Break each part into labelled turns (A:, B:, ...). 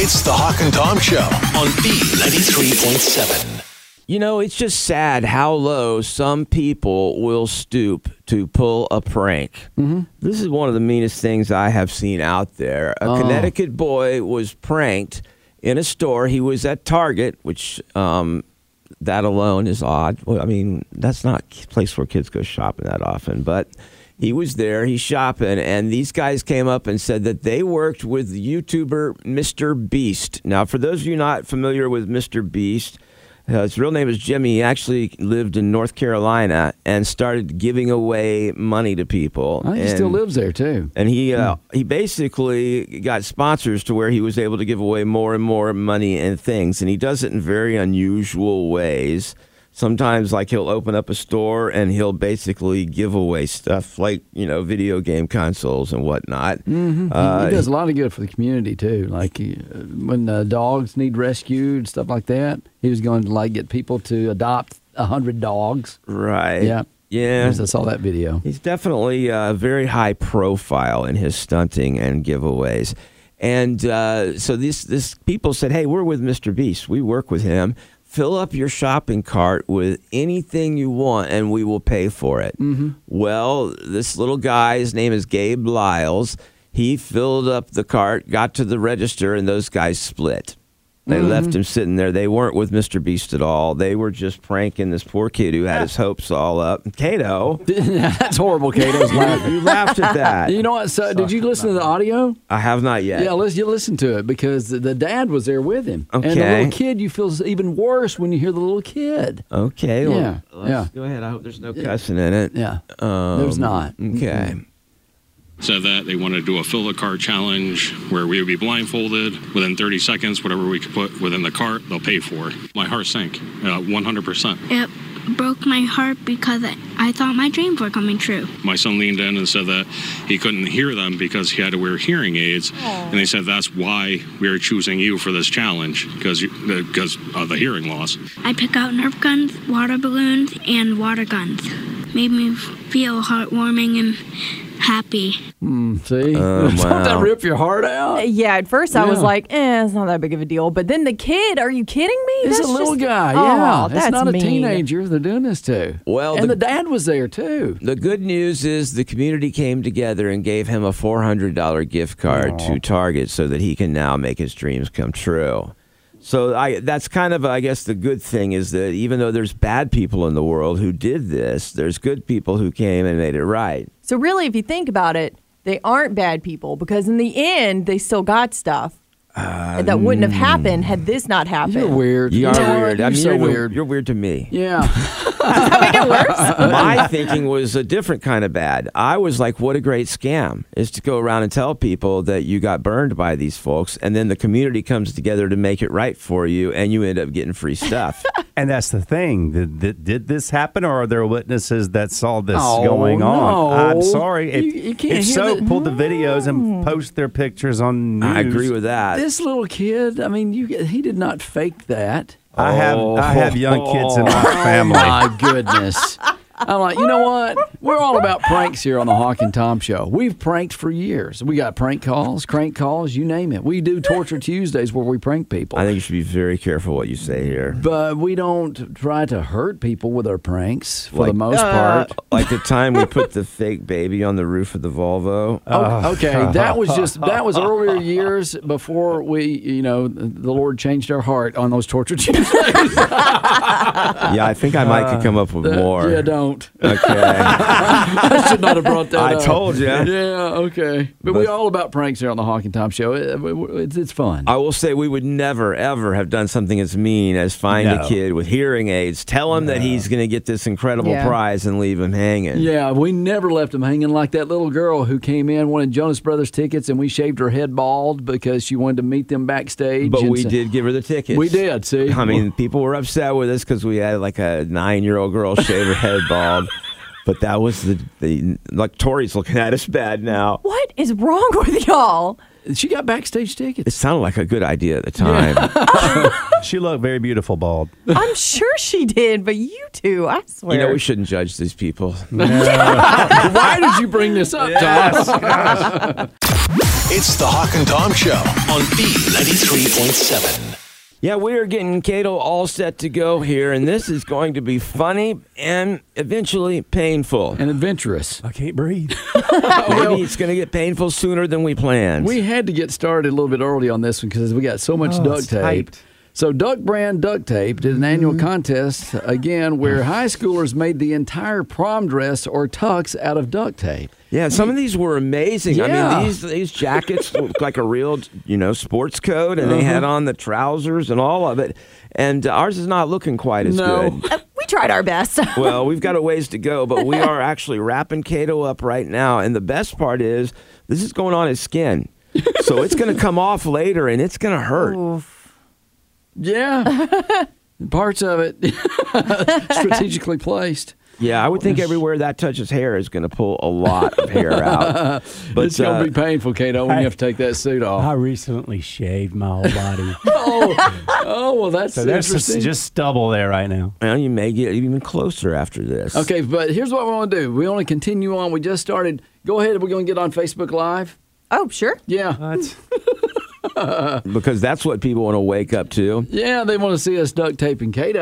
A: It's the Hawk and Tom Show on B93.7.
B: You know, it's just sad how low some people will stoop to pull a prank. This is one of the meanest things I have seen out there. A Connecticut boy was pranked in a store. He was at Target, which um, that alone is odd. Well, I mean, that's not a place where kids go shopping that often, but he was there. He's shopping, and these guys came up and said that they worked with YouTuber Mr. Beast. Now, for those of you not familiar with Mr. Beast, uh, his real name is Jimmy. He actually lived in North Carolina and started giving away money to people.
C: I think Oh, he
B: And-
C: still lives there too.
B: and he uh,
C: Hmm.
B: he basically got sponsors to where he was able to give away more and more money and things, and he does it in very unusual ways. Sometimes, like he'll open up a store and he'll basically give away stuff like you know video game consoles and whatnot. Mm-hmm.
C: He- he does a lot of good for the community too. Like he, uh, when uh, dogs need rescued, stuff like that. He was going to like get people to adopt a hundred dogs.
B: right?
C: Yeah.
B: yeah.
C: Yes, I saw that video.
B: He's definitely uh, very high profile in his stunting and giveaways. And uh, so these this people said, "Hey, we're with Mr. Beast. We work with him. Fill up your shopping cart with anything you want, and we will pay for it." Well, this little guy, his name is Gabe Lyles. He filled up the cart, got to the register, and those guys split. They left him sitting there. They weren't with Mr. Beast at all. They were just pranking this poor kid who had his hopes all up. Kato,
C: That's horrible, Kate. I was laughing.
B: you laughed at that.
C: You know what? So, did you listen to the audio?
B: I have not yet.
C: Yeah, let's you listen to it because the, the dad was there with him, and the
B: Okay.
C: little kid. You feel even worse when you hear the little kid.
B: okay.
C: Yeah,
B: let's
C: yeah.
B: Go ahead. I hope there's no cussing in it.
C: Yeah,
B: Um,
C: there's not.
B: Okay.
D: said that they wanted to do a fill the cart challenge where we would be blindfolded within 30 seconds whatever we could put within the cart they'll pay for it my heart sank uh, 100%
E: It broke my heart because I- I thought my dreams were coming true.
D: my son leaned in and said that he couldn't hear them because he had to wear hearing aids and they said that's why we are choosing you for this challenge because because of the hearing loss
E: I pick out Nerf guns, water balloons, and water guns. Made me feel heartwarming and happy.
C: See,
B: Oh,
C: don't
B: wow.
C: that rip your heart out?
F: Uh, Yeah, at first I was
C: Yeah.
F: like, eh, it's not that big of a deal. But then the kid, are you kidding me?
C: It's a
F: That's
C: little
F: just-
C: guy.
F: Oh,
C: Yeah, it's
F: that's
C: not a
F: mean.
C: teenager they're doing this to.
B: Well,
C: and
B: the-
C: the, dad was there too.
B: The good news is the community came together and gave him a $400 gift card to Target so that he can now make his dreams come true. So I, that's kind of, I guess, the good thing is that even though there's bad people in the world who did this, there's good people who came and made it right.
F: So really, if you think about it, they aren't bad people because in the end, they still got stuff
B: Uh,
F: that wouldn't
B: hmm.
F: have happened had this not happened.
C: You're weird.
B: You are
C: You know what?
B: weird.
C: You're
B: I mean,
C: so
B: you're,
C: weird.
B: You're weird to me.
C: yeah.
B: my thinking was a different kind of bad. I was like, what a great scam is to go around and tell people that you got burned by these folks, and then the community comes together to make it right for you, and you end up getting free stuff.
G: And that's the thing. Did, did, did this happen, or are there witnesses that saw this
C: Oh,
G: going on?
C: no.
G: I'm sorry. If,
C: You- you can't
G: if
C: hear
G: so,
C: the-
G: pull the videos and post their pictures on news.
B: I agree with that.
C: This little kid. I mean, you. He did not fake that.
G: I have
B: Oh.
G: I have young kids in my family.
C: Oh my goodness. I'm like, you know what? We're all about pranks here on the Hawk and Tom Show. We've pranked for years. We got prank calls, crank calls, you name it. We do Torture Tuesdays where we prank people.
B: I think you should be very careful what you say here.
C: but we don't try to hurt people with our pranks for
B: Like- uh,
C: the most part.
B: Like the time we put the fake baby on the roof of the Volvo.
C: O- okay, that was just that was earlier years before we, you know, the Lord changed our heart on those torture Tuesdays.
B: yeah, I think I might could come up with more.
C: yeah, don't. don't.
B: Okay.
C: I should not have brought that
B: I
C: up.
B: told you.
C: Yeah, okay. But,
B: But-
C: we're all about pranks here on the Hawk and Tom Show. It- it- It's, it's fun.
B: I will say we would never, ever have done something as mean as find
G: No.
B: a kid with hearing aids, tell him that he's going to get this incredible
F: Yeah.
B: prize, and leave him hanging.
C: yeah, we never left them hanging like that little girl who came in, wanted Jonas Brothers tickets, and we shaved her head bald because she wanted to meet them backstage.
B: But
C: and
B: we
C: so-
B: did give her the tickets.
C: We did, see?
B: I mean, people were upset with us because we had like a nine-year-old girl shave her head bald. But that was the, the like Tori's looking at us bad now.
F: What is wrong with y'all?
C: She got backstage tickets.
B: It sounded like a good idea at the time.
G: She looked very beautiful bald.
F: I'm sure she did, but you two, I swear.
B: You know, we shouldn't judge these people.
C: Why did you bring this up, Tom?
A: It's the Hawk and Tom Show on B93.7.
B: Yeah, we are getting Cato all set to go here, and this is going to be funny and eventually painful.
C: And adventurous.
G: I can't breathe.
B: Maybe it's going to get painful sooner than we planned.
C: Oh, We had to get started a little bit early on this one because we got so much
H: Oh,
C: duct
G: it's
C: tape.
G: hyped.
C: So, Duck Brand Duct Tape did an annual
H: Mm-hmm.
C: contest again where high schoolers made the entire prom dress or tux out of duct tape.
B: yeah, some of these were amazing. I
C: Yeah.
B: mean, these these jackets look like a real, you know, sports coat, and they
C: Uh-huh.
B: had on the trousers and all of it. And uh, ours is not looking quite as
C: No.
B: good.
F: Uh, we tried our best.
B: well, we've got a ways to go, but we are actually wrapping Cato up right now. And the best part is this is going on his skin. So it's going to come off later and it's going to hurt.
C: Oh, Yeah. Parts of it strategically placed.
B: Yeah, I would think everywhere that touches hair is going to pull a lot of hair out. But
C: it's going
B: uh,
C: to be painful, Kato, when you have to take that suit
H: I
C: off.
H: recently shaved my whole body.
C: oh, oh, well, that's
H: so there's
C: interesting.
H: just, just stubble there right now.
B: well, you may get even closer after this.
C: Okay, but here's what we want to do. We want to continue on. We just started. Go ahead. We're going to get on Facebook Live.
F: oh, sure.
C: Yeah.
H: What?
B: Because that's what people want to wake up to.
C: Yeah, they want to see us duct taping Cato.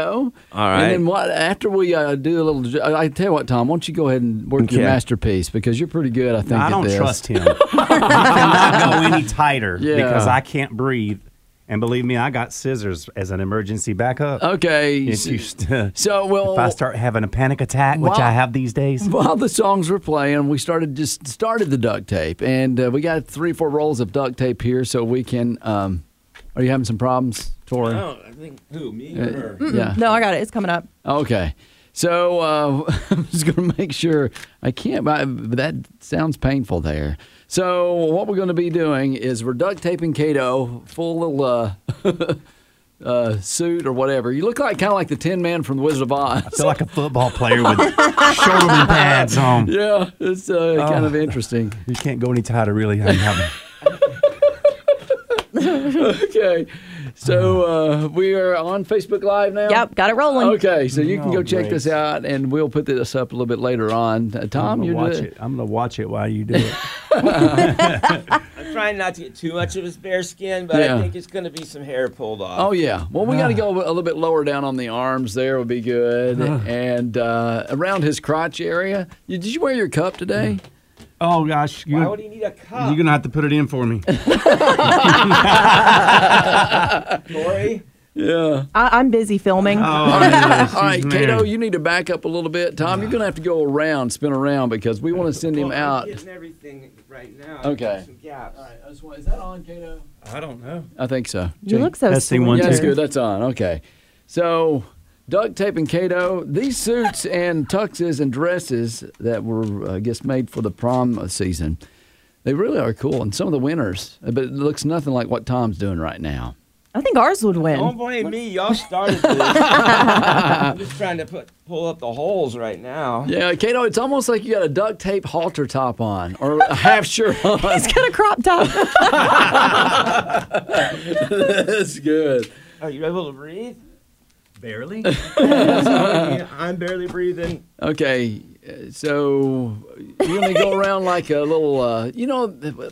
B: All
C: And
B: right.
C: then what? After we uh, do a little, I, I tell you what, Tom, why don't you go ahead and work your
B: Okay.
C: masterpiece because you're pretty good, I think.
H: I
C: at
H: don't
C: this.
H: trust him. he cannot go any tighter
C: Yeah.
H: because I can't breathe. And believe me, I got scissors as an emergency backup.
C: Okay.
H: If, you st-
C: Oh, so, well,
H: if I start having a panic attack, which
C: Wow.
H: I have these days,
C: while the songs were playing, we started just started the duct tape, and uh, we got three, four rolls of duct tape here, so we can. Um, are you having some problems, Tori?
B: Oh,
C: Uh,
B: I think who, me or
C: Yeah.
F: No, I got it. It's coming up.
C: Okay. So uh, I'm just going to make sure I can't. But that sounds painful there. So what we're going to be doing is we're duct taping Kato full little uh, uh, suit or whatever. You look like kind of like the Tin Man from the Wizard of
H: I
C: Oz.
H: feel like a football player with shoulder pads on.
C: Yeah, it's uh,
H: Oh.
C: kind of interesting.
H: You can't go any tighter, really. I'm having-
C: Okay, so
H: Oh.
C: uh, we are on Facebook Live now.
F: Yep, got it rolling.
C: Okay, so you can go
H: Oh,
C: check this
H: great.
C: out, and we'll put this up a little bit later on. Uh,
H: I'm
C: Tom,
H: gonna
C: you're
H: watch
C: the-
H: it. I'm gonna watch it while you do it.
B: I'm trying not to get too much of his bare skin, but
C: I Yeah. think
B: it's going to be some hair pulled off.
C: Oh yeah. Well, we got to
H: Uh.
C: go a little bit lower down on the arms. There would be good, and uh, around his crotch area. You, did you wear your cup today?
H: Oh gosh, you, are
B: he need a cup,
H: gonna have to put it in for me.
B: Corey?
C: Yeah.
F: I- I'm busy filming.
C: Ah.
H: Oh,
C: All right, Kato, you need to back up a little bit. Tom, you're gonna have to go around, spin around, because we want to send him out.
B: everything right now.
C: Okay. some
B: gaps.
C: Is that on, Kato?
H: I don't know.
C: I think so.
F: you look so
H: That's the one
C: Yeah,
F: slender.
C: that's good. That's on. Okay. So, duct tape and Kato, these suits and tuxes and dresses that were, uh, I guess, made for the prom season, they really are cool. And some of the winners, uh, but it looks nothing like what Tom's doing right now.
F: I think ours would win.
B: blame me. Y'all started this. I'm just trying to put, pull up the holes right now.
C: Yeah, Kato, it's almost like you got a duct tape halter top on or a half shirt on.
F: He's got a crop top.
C: that's good.
B: Are you able to breathe?
H: Barely.
B: I'm barely breathing.
C: Okay, uh, so you're gonna go around like a little, uh, you know,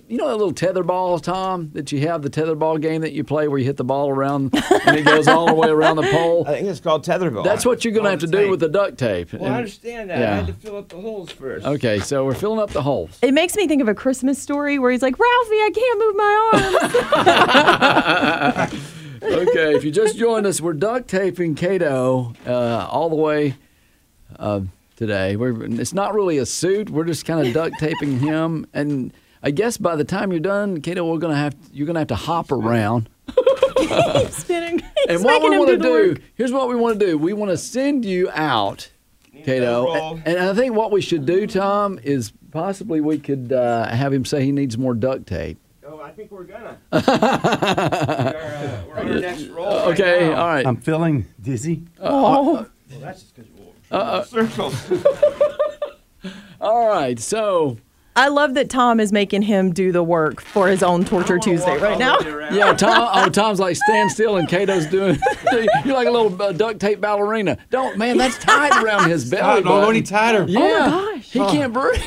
C: you know that little tether ball, Tom, that you have the tether ball game that you play where you hit the ball around and it goes all the way around the pole.
B: I think it's called tetherball.
C: That's what you're gonna
H: Oh,
C: have to
H: the
C: do
H: tape.
C: with the duct tape.
B: Well, I
C: And-
B: understand that.
C: yeah.
B: I had to fill up the holes first.
C: Okay, so we're filling up the holes.
F: It makes me think of a Christmas story where he's like, Ralphie, I can't move my arms.
C: Okay, if you just joined us, we're duct taping Kato uh, all the way. Uh, today. We're, it's not really a suit. We're just kind of duct taping him, and I guess by the time you're done, Kato, we're gonna have you're gonna have to hop around.
F: He's spinning.
C: And
F: He's
C: what
F: making
C: we
F: him
C: want to
F: the
C: do,
F: work.
C: here's what we want to do. We want to send you out, Kato. And, and I think what we should do, Tom, is possibly we could uh, have him say he needs more duct tape.
I: Oh, I think we're gonna. we're, uh, we're on our next roll.
C: Okay, all right.
H: Um,
J: I'm feeling dizzy.
C: Oh, all right, so.
F: I love that Tom is making him do the work for his own Torture Tuesday right now.
C: Yeah, Tom. Oh, Tom's like stand still, and Kato's doing. You're like a little uh, duct tape ballerina. Don't, man. That's tied around his
K: don't
C: belly.
K: go
C: button.
K: any tighter.
C: Yeah.
F: Oh gosh.
C: He can't breathe.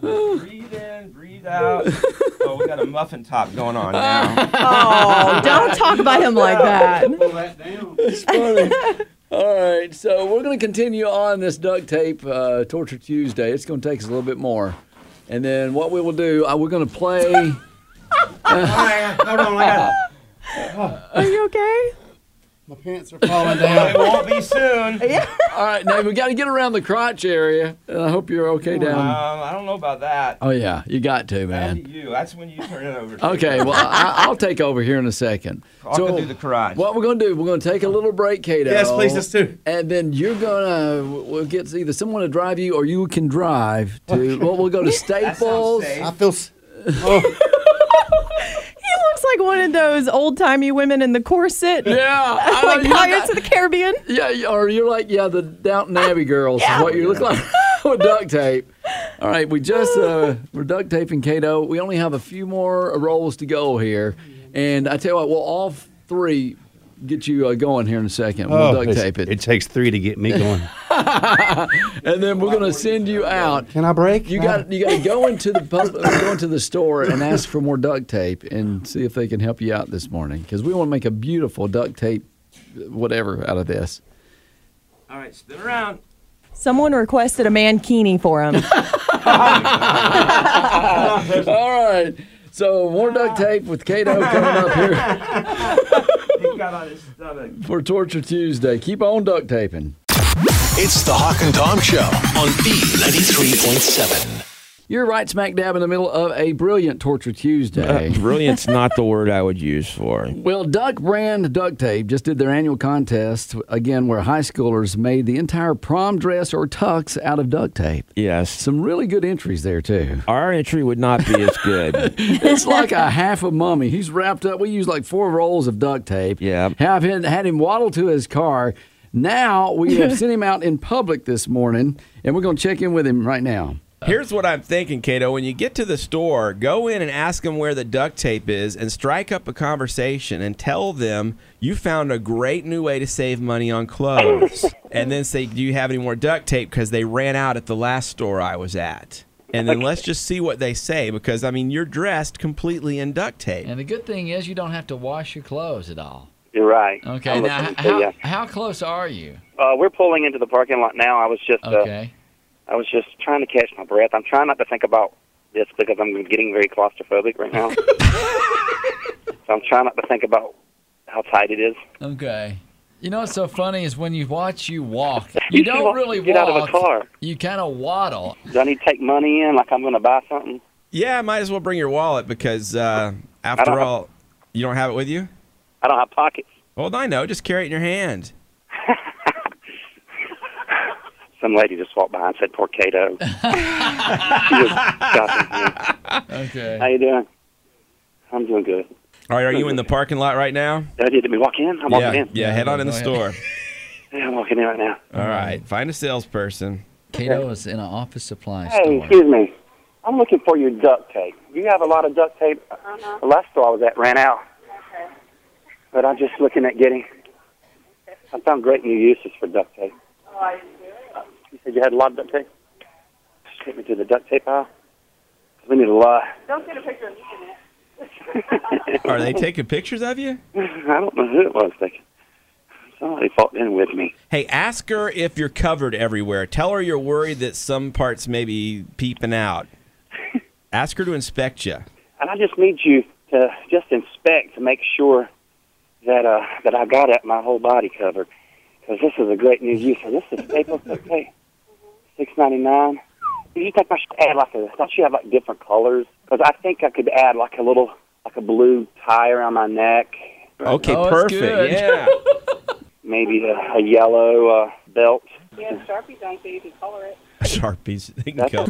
I: Breathe in, breathe out. Oh, we got a muffin top going on now.
F: Oh, don't talk about him like that.
C: All right, so we're going to continue on this duct tape uh, torture Tuesday. It's going to take us a little bit more, and then what we will do, uh, we're going to play.
J: Hold on, I got
F: Are you okay?
J: My pants are falling down.
I: won't be soon.
C: All right, now we got to get around the crotch area. and I hope you're okay down.
B: Um,
I: I don't know about that.
C: Oh yeah, you got to man. Oh,
I: you. That's when you turn it over.
C: Okay, well I, I'll take over here in a second. So-
I: karate.
C: What we're gonna do? We're gonna take a little break, Kato.
J: Yes, please, let's do.
C: And then you're gonna we'll get either someone to drive you or you can drive to. Well, we'll go to Staples.
I: safe.
K: I feel. s-
F: He looks like one of those old timey women in the corset.
C: Yeah, I
F: Like
C: know,
F: Pirates
C: you're
F: of the Caribbean.
C: not- yeah, or you're like yeah, the Downton Abbey girls is what you look like with duct tape. All right, we just uh, we're duct taping Kato. We only have a few more rolls to go here, and I tell you what, we'll all three get you uh, going here in a second. We'll
H: Oh,
C: duct
J: Oh, it's-
C: tape it.
J: It takes three to get me going.
C: and then we're gonna send you out.
J: Can I break?
C: You got you got to go into the pub, uh, go into the store and ask for more duct tape and see if they can help you out this morning because we want to make a beautiful duct tape, uh, whatever, out of this.
I: All right, spin around.
F: Someone requested a mankini for him.
C: All right, so more duct tape with Kato coming up here
I: He got on his stomach.
C: for Torture Tuesday. Keep on duct taping.
L: It's the Hawk and Tom Show on B93.7.
C: You're right smack dab in the middle of a brilliant Torture Tuesday.
B: Uh,
I: Brilliant's not the word I would use for. it.
C: Well, Duck Brand Duct Tape just did their annual contest again, where high schoolers made the entire prom dress or tux out of duct tape.
I: Yes.
C: Some really good entries there too.
I: Our entry would not be as good.
C: It's like a half a mummy. He's wrapped up. We used like four rolls of duct tape.
I: Yep.
C: Have him, had him waddle to his car. Now we have sent him out in public this morning, and we're going to check in with him right now.
B: Here's what I'm thinking, Kato. When you get to the store, go in and ask them where the duct tape is and strike up a conversation and tell them you found a great new way to save money on clothes. and then say, Do you have any more duct tape? Because they ran out at the last store I was at. And then let's just see what they say because, I mean, you're dressed completely in duct tape.
C: the good thing is you don't have to wash your clothes at all.
H: You're right. I'm listening to ya.
C: how close are you?
H: Uh, we're pulling into the parking lot now. I was just uh, I was just trying to catch my breath. I'm trying not to think about this because I'm getting very claustrophobic right now. so I'm trying not to think about how tight it is.
C: Okay. You know what's so funny is when you watch you walk,
H: You don't walk- really get out of a walk, car.
C: You kind of waddle.
H: Do I need to take money in like I'm going to buy something?
B: Yeah, might as well bring your wallet because, uh,
H: don't
B: after
H: have-
B: all, you don't have it with you?
H: I don't have pockets.
B: Well, I know. Just carry it in your hand.
H: Some lady just walked by and said, "Poor Cato." She was stopping me.
C: Okay.
H: How you doing? I'm doing good.
B: All right, are you in the parking lot right now?
H: Did I need me walk in? I'm walking
B: yeah,
H: in.
B: yeah, head on in the
C: Go ahead.
B: store.
H: Yeah, I'm walking in right now.
B: All right, find a salesperson.
C: Kato is in an office supply
H: Hey, excuse me. I'm looking for your duct tape. You have a lot of duct tape. The last store I was at ran out. But I'm just looking at getting. I found great new uses for duct tape. You said you had a lot of duct tape. Just take me to the duct tape aisle. 'Cause We need a lot.
B: Are they taking pictures of you?
H: I don't know who it was. Thinking. Somebody fought in with me.
B: Hey, ask her if you're covered everywhere. Tell her you're worried that some parts may be peeping out. ask her to inspect you.
H: And I just need you to just inspect to make sure that uh, that I got at my whole body covered.
F: because this is a great new use. And this is Staples okay, six ninety nine. Do you think I should add like a? I should have like different colors because I think I could add like a little like a blue tie around my neck.
B: Okay, Oh, that's perfect. good. Yeah.
F: Maybe a, a yellow uh, belt.
M: Yeah, Sharpie done so you can color it.
B: Sharpies. They can go.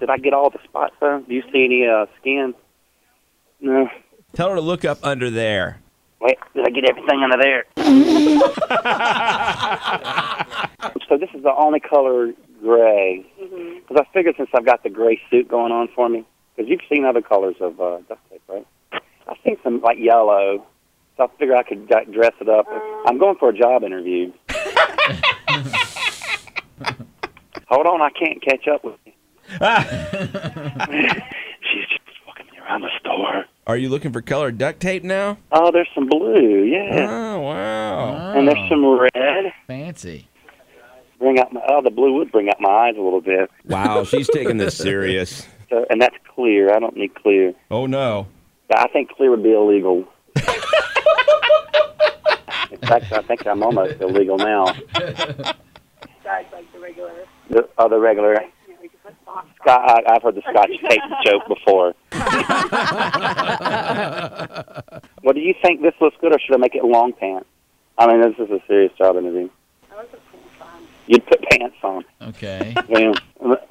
F: Did I get all the spots though? Do you see any uh, skin? No.
B: Tell her to look up under there.
F: Wait, did I get everything under there? so this is the only color gray. Because I figured since I've got the gray suit going on for me, because you've seen other colors of uh, duct tape, right? I've seen some like yellow, so I figured I could d- dress it up. I'm going for a job interview. Hold on, I can't catch up with you. She's just walking me around the store.
B: Are you looking for colored duct tape now?
F: Oh, there's some blue, yeah.
B: Oh, wow.
F: And there's some red.
C: Fancy.
F: Bring out my oh, the blue would bring out my eyes a little bit.
B: Wow, she's taking this serious.
F: So, and that's clear. I don't need clear.
B: Oh no.
F: I think clear would be illegal. In fact, I think I'm almost illegal now.
M: Besides, like the regular.
F: The other regular.
M: You know, you can put
F: Scott, I, I've heard the Scotch tape joke before. What do you think? This looks good, or should I make it long pants? I mean, this is a serious job interview. You'd put pants on.
C: Okay.
F: Damn.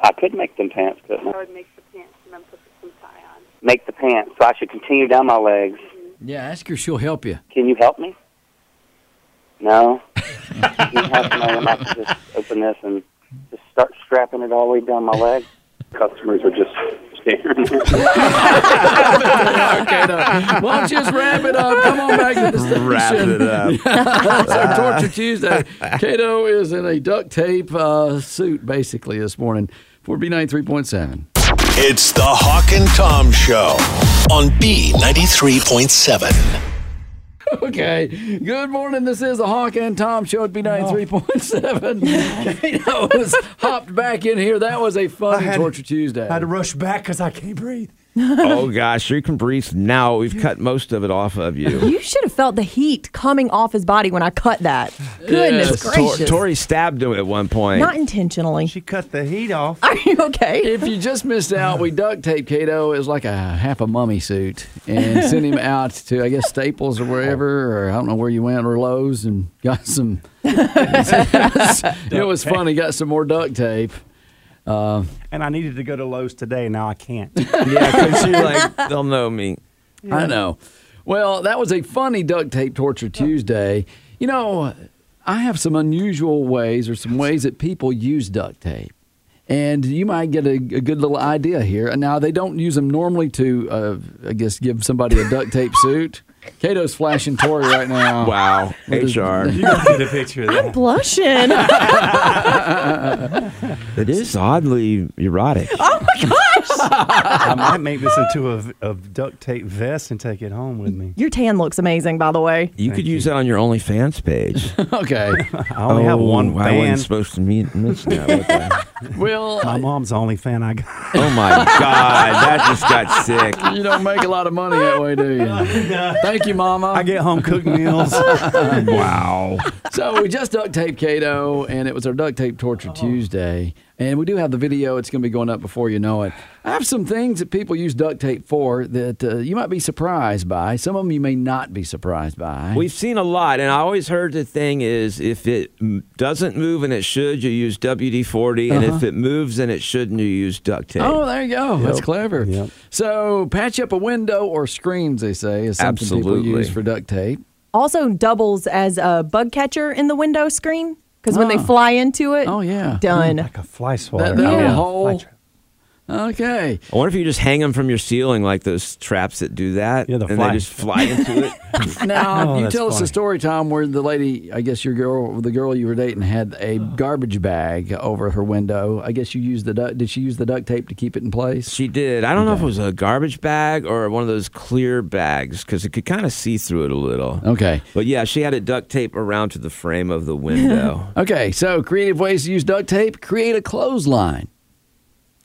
F: I could make them pants, couldn't I?
M: I would make the pants and then put some tie on.
F: Make the pants, so I should continue down my legs.
C: Yeah, ask her. She'll help you.
F: Can you help me? No. Can you help me? I might just open this and just start strapping it all the way down my leg. Customers are just staring.
C: okay, now, why don't you just wrap it up? Come on back to the station.
B: Wrap it up.
C: That's our Torture Tuesday. Cato is in a duct tape uh, suit, basically, this morning for B93.7.
D: It's the Hawk and Tom Show on B93.7.
C: Okay. Good morning. This is the Hawk and Tom Show
N: Oh.
C: at B93.7. Cato has hopped back in here. That was a fun Torture Tuesday.
N: I had to rush back because I can't breathe.
B: oh gosh, you can breathe now. We've cut most of it off of you.
O: You should have felt the heat coming off his body when I cut that. Goodness
B: Tor-
O: gracious.
B: Tori stabbed him at one point.
O: Not intentionally. She
C: cut the heat off.
O: Are you okay?
C: If you just missed out, we duct tape Cato is like a half a mummy suit and sent him out to I guess Staples or wherever or I don't know where you went or Lowe's and got some. it was funny. Got some more duct tape. Uh,
H: And I needed to go to Lowe's today. Now I can't.
B: yeah, because you're like, they'll know me.
C: I know. Well, that was a funny duct tape
H: Oh.
C: torture Tuesday. You know, I have some unusual ways or some ways that people use duct tape. And you might get a, a good little idea here. Now, they don't use them normally to, uh, I guess, give somebody a duct tape suit. Cato's flashing Tori right now.
B: Wow. HR.
C: You
H: don't get a picture of
O: I'm blushing.
B: It is oddly erotic.
O: Oh.
H: I might make this into a, a duct tape vest and take it home with me.
O: Your tan looks amazing, by the way.
B: You could use that on your OnlyFans page.
C: okay.
H: I only have Oh, one
B: I
H: fan.
B: wasn't supposed to meet miss that. what the-
C: Well,
H: My mom's the only fan I got.
B: Oh my God, that just got sick.
C: you don't make a lot of money that way, do you? Thank you, Mama.
H: I get home cooked meals.
B: Wow.
C: so we just duct taped Cato, and it was our duct tape torture
B: Uh-huh.
C: Tuesday. And we do have the video. It's going to be going up before you know it. I have some things that people use duct tape for that uh, you might be surprised by. Some of them you may not be surprised by. Oh,
B: We've seen a lot, and I always heard the thing is if it m- doesn't move and it should, you use WD 40, and if it moves and it shouldn't, you use duct tape.
C: Uh-huh. Oh, there you go. That's
B: Yep.
C: clever.
H: Yep.
C: So, patch up a window or screens, they say, is something people
B: Absolutely.
C: use for duct tape.
O: Also doubles as a bug catcher in the window screen because when they
C: Ah.
O: fly into it,
C: Oh, yeah.
O: done.
H: like a fly swatter.
C: That, that
H: Yeah. Fly
C: hole.
H: trap.
C: Okay.
B: I wonder if you just hang them from your ceiling like those traps that do that,
H: Yeah, the
B: and
H: fly-
B: they just fly into it.
C: Now
H: Oh,
C: you
H: that's
C: tell us a
H: funny.
C: story, Tom, where the lady, I guess your girl, the girl you were dating, had a
H: Oh.
C: garbage bag over her window. I guess you used the duct. Did she use the duct tape to keep it in place?
B: She did. I don't know if it was a garbage bag or one of those clear bags because it could kind of see through it a little.
C: Okay.
B: But yeah, she had it duct tape around to the frame of the window.
C: Okay. So creative ways to use duct tape: create a clothesline.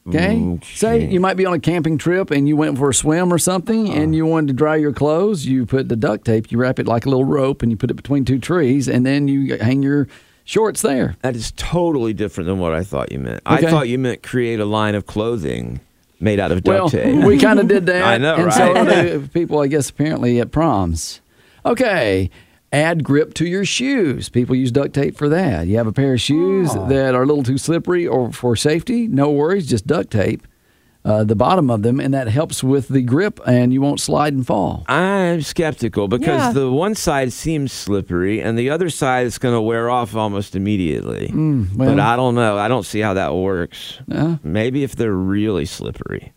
C: Okay?
H: Mm,
C: Say you might be on a camping trip and you went for a swim or
H: Uh.
C: something and you wanted to dry your clothes. You put the duct tape, you wrap it like a little rope and you put it between two trees and then you hang your shorts there.
B: That is totally different than what I thought you meant.
C: Okay.
B: I thought you meant create a line of clothing made out of duct
C: well,
B: tape.
C: we kind of did that.
B: I know,
C: and
B: right?
C: so do people, I guess, apparently at proms. Okay. Add grip to your shoes. People use duct tape for that. You have a pair of shoes
B: Oh.
C: that are a little too slippery or for safety, no worries, just duct tape uh, the bottom of them, and that helps with the grip and you won't slide and fall.
B: I'm skeptical because
C: Yeah.
B: the one side seems slippery and the other side is going to wear off almost immediately.
C: Mm, well-
B: but I don't know. I don't see how that works.
C: Uh.
B: Maybe if they're really slippery.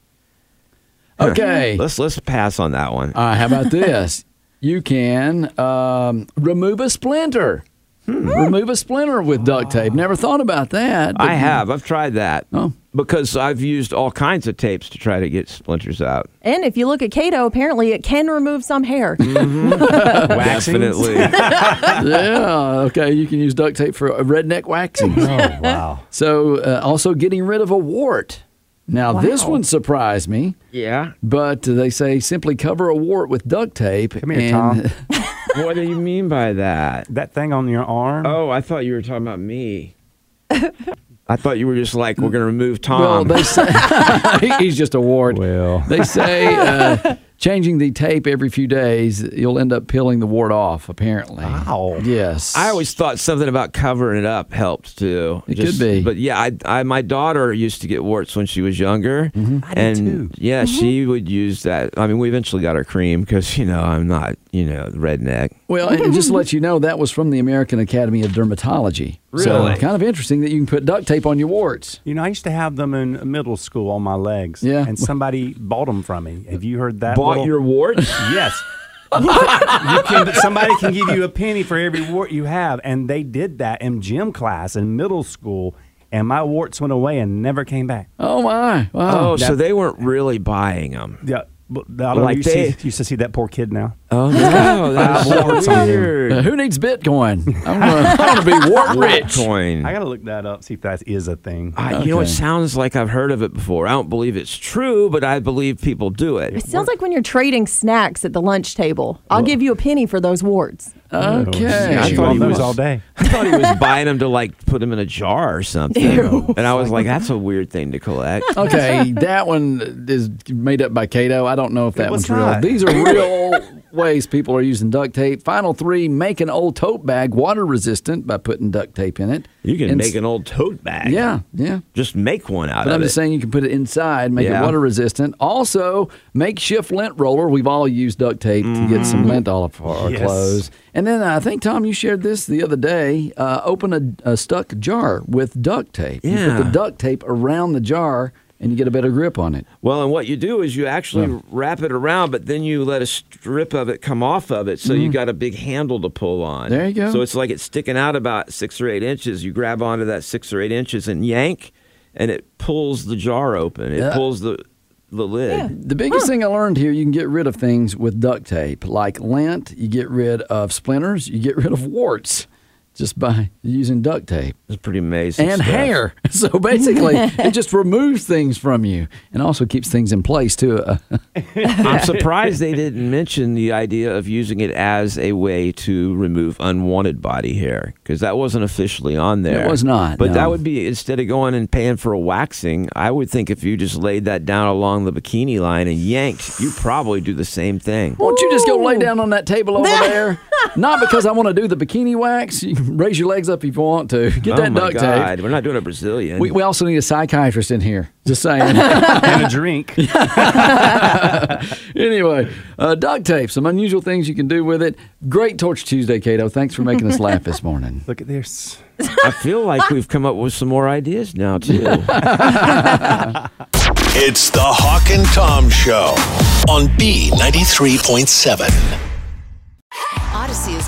B: Huh.
C: Okay.
B: Let's let's pass on that one.
C: Uh, how about this? You can um, remove a splinter.
B: Hmm.
C: Remove a splinter with duct tape. Never thought about that. but
B: I
C: you- Oh.
B: have. I've tried that. Because I've used all kinds of tapes to try to get splinters out.
F: And if you look at Kato, apparently it can remove some hair.
B: Definitely.
C: yeah. Okay. You can use duct tape for a redneck waxing. Oh, wow. So, uh, also getting rid of a wart. Now, this
B: Wow.
C: one surprised me,
B: Yeah.
C: but they say simply cover a wart with duct tape. Come
B: here,
C: and,
B: what do you mean by that?
H: That thing on your arm?
B: Oh, I thought you were talking about me. I thought you were just like, we're going to remove Tom.
C: Well, they say, he's just a wart. Well, they say uh, changing the tape every few days, you'll end up peeling the wart off. Apparently. Wow. Yes.
B: I always thought something about covering it up helped too.
C: It could be.
B: but yeah, I, I my daughter used to get warts when she was younger, and yeah, she would use that. I mean, we eventually got her cream because you know I'm not you know redneck.
C: Well, and just to let you know, that was from the American Academy of Dermatology. So
H: Really?
C: kind of interesting that you can put duct tape on your warts.
H: You know, I used to have them in middle school on my legs.
C: Yeah.
H: And somebody bought them from me. Have you heard that?
B: Bought
H: little-
B: your warts?
H: yes. you can, somebody can give you a penny for every wart you have. And they did that in gym class in middle school. And my warts went away and never came back.
C: Oh my!
B: Oh, so they weren't really buying them.
H: Yeah. But I don't know,
B: Like
H: you,
B: they-
H: see, you used to see that poor kid now.
B: Oh no, that's
H: Five warts on
B: so
H: him.
B: weird.
C: Now, who needs Bitcoin? I'm gonna, I'm gonna be wart rich.
B: Bitcoin.
H: I gotta look that up. See if that is a thing.
B: I, You know, it
H: Okay.
B: sounds like I've heard of it before. I don't believe it's true, but I believe people do it.
F: It sounds like when you're trading snacks at the lunch table. I'll give you a penny for those warts.
C: Okay.
B: I
H: You
B: thought
H: want
B: he
H: those
B: was
H: all day.
B: I thought he was buying them to like put them in a jar or something. And I was like, that's a weird thing to collect.
C: Oh. Okay, that one is made up by Cato. I don't know if that
B: was
C: one's real.
B: not.
C: These are real ways people are using duct tape. Final three: make an old tote bag water resistant by putting duct tape in it.
B: You can
C: And-
B: make an old tote bag.
C: Yeah, yeah.
B: Just make one out
C: But
B: of
C: I'm
B: it.
C: just saying you can put it inside, make it
B: Yeah.
C: water resistant. Also, makeshift lint roller. We've all used duct tape to get some lint all of our
B: Mm-hmm. Yes.
C: clothes. And then I think Tom, you shared this the other day. Uh, open a, a stuck jar with duct tape. You put
B: Yeah.
C: the duct tape around the jar, and you get a better grip on it.
B: Well, and what you do is you actually wrap it around, but then you let a strip of it come off of it, so you got a big handle to pull on.
C: Mm-hmm. There you go.
B: So it's like it's sticking out about six or eight inches. You grab onto that six or eight inches and yank, and it pulls the jar open. It
C: Yeah.
B: pulls the the lid.
C: The biggest thing I learned here, you can get rid of things with duct tape, like lint. You get rid of splinters. You get rid of warts, just by using duct tape.
B: It's pretty amazing.
C: and
B: stuff.
C: hair. So basically, it just removes things from you and also keeps things in place too. Uh,
B: I'm surprised they didn't mention the idea of using it as a way to remove unwanted body hair because that wasn't officially on there.
C: was not,
B: But
C: no.
B: that would be instead of going and paying for a waxing, I would think if you just laid that down along the bikini line and yanked, you probably do the same thing.
C: Won't you just go lay down on that table over there? Not because I want to do the bikini wax. You can raise your legs up if you want to. Get
B: oh
C: that
B: my
C: duct
B: God,
C: tape.
B: we're not doing a Brazilian.
C: We, we also need a psychiatrist in here. Just saying.
H: and a drink.
C: anyway, uh, duct tape, some unusual things you can do with it. Great Torch Tuesday, Cato. Thanks for making us laugh this morning.
H: Look at this.
B: I feel like we've come up with some more ideas now too.
A: It's the Hawk and Tom Show on B93.7.
P: Odyssey is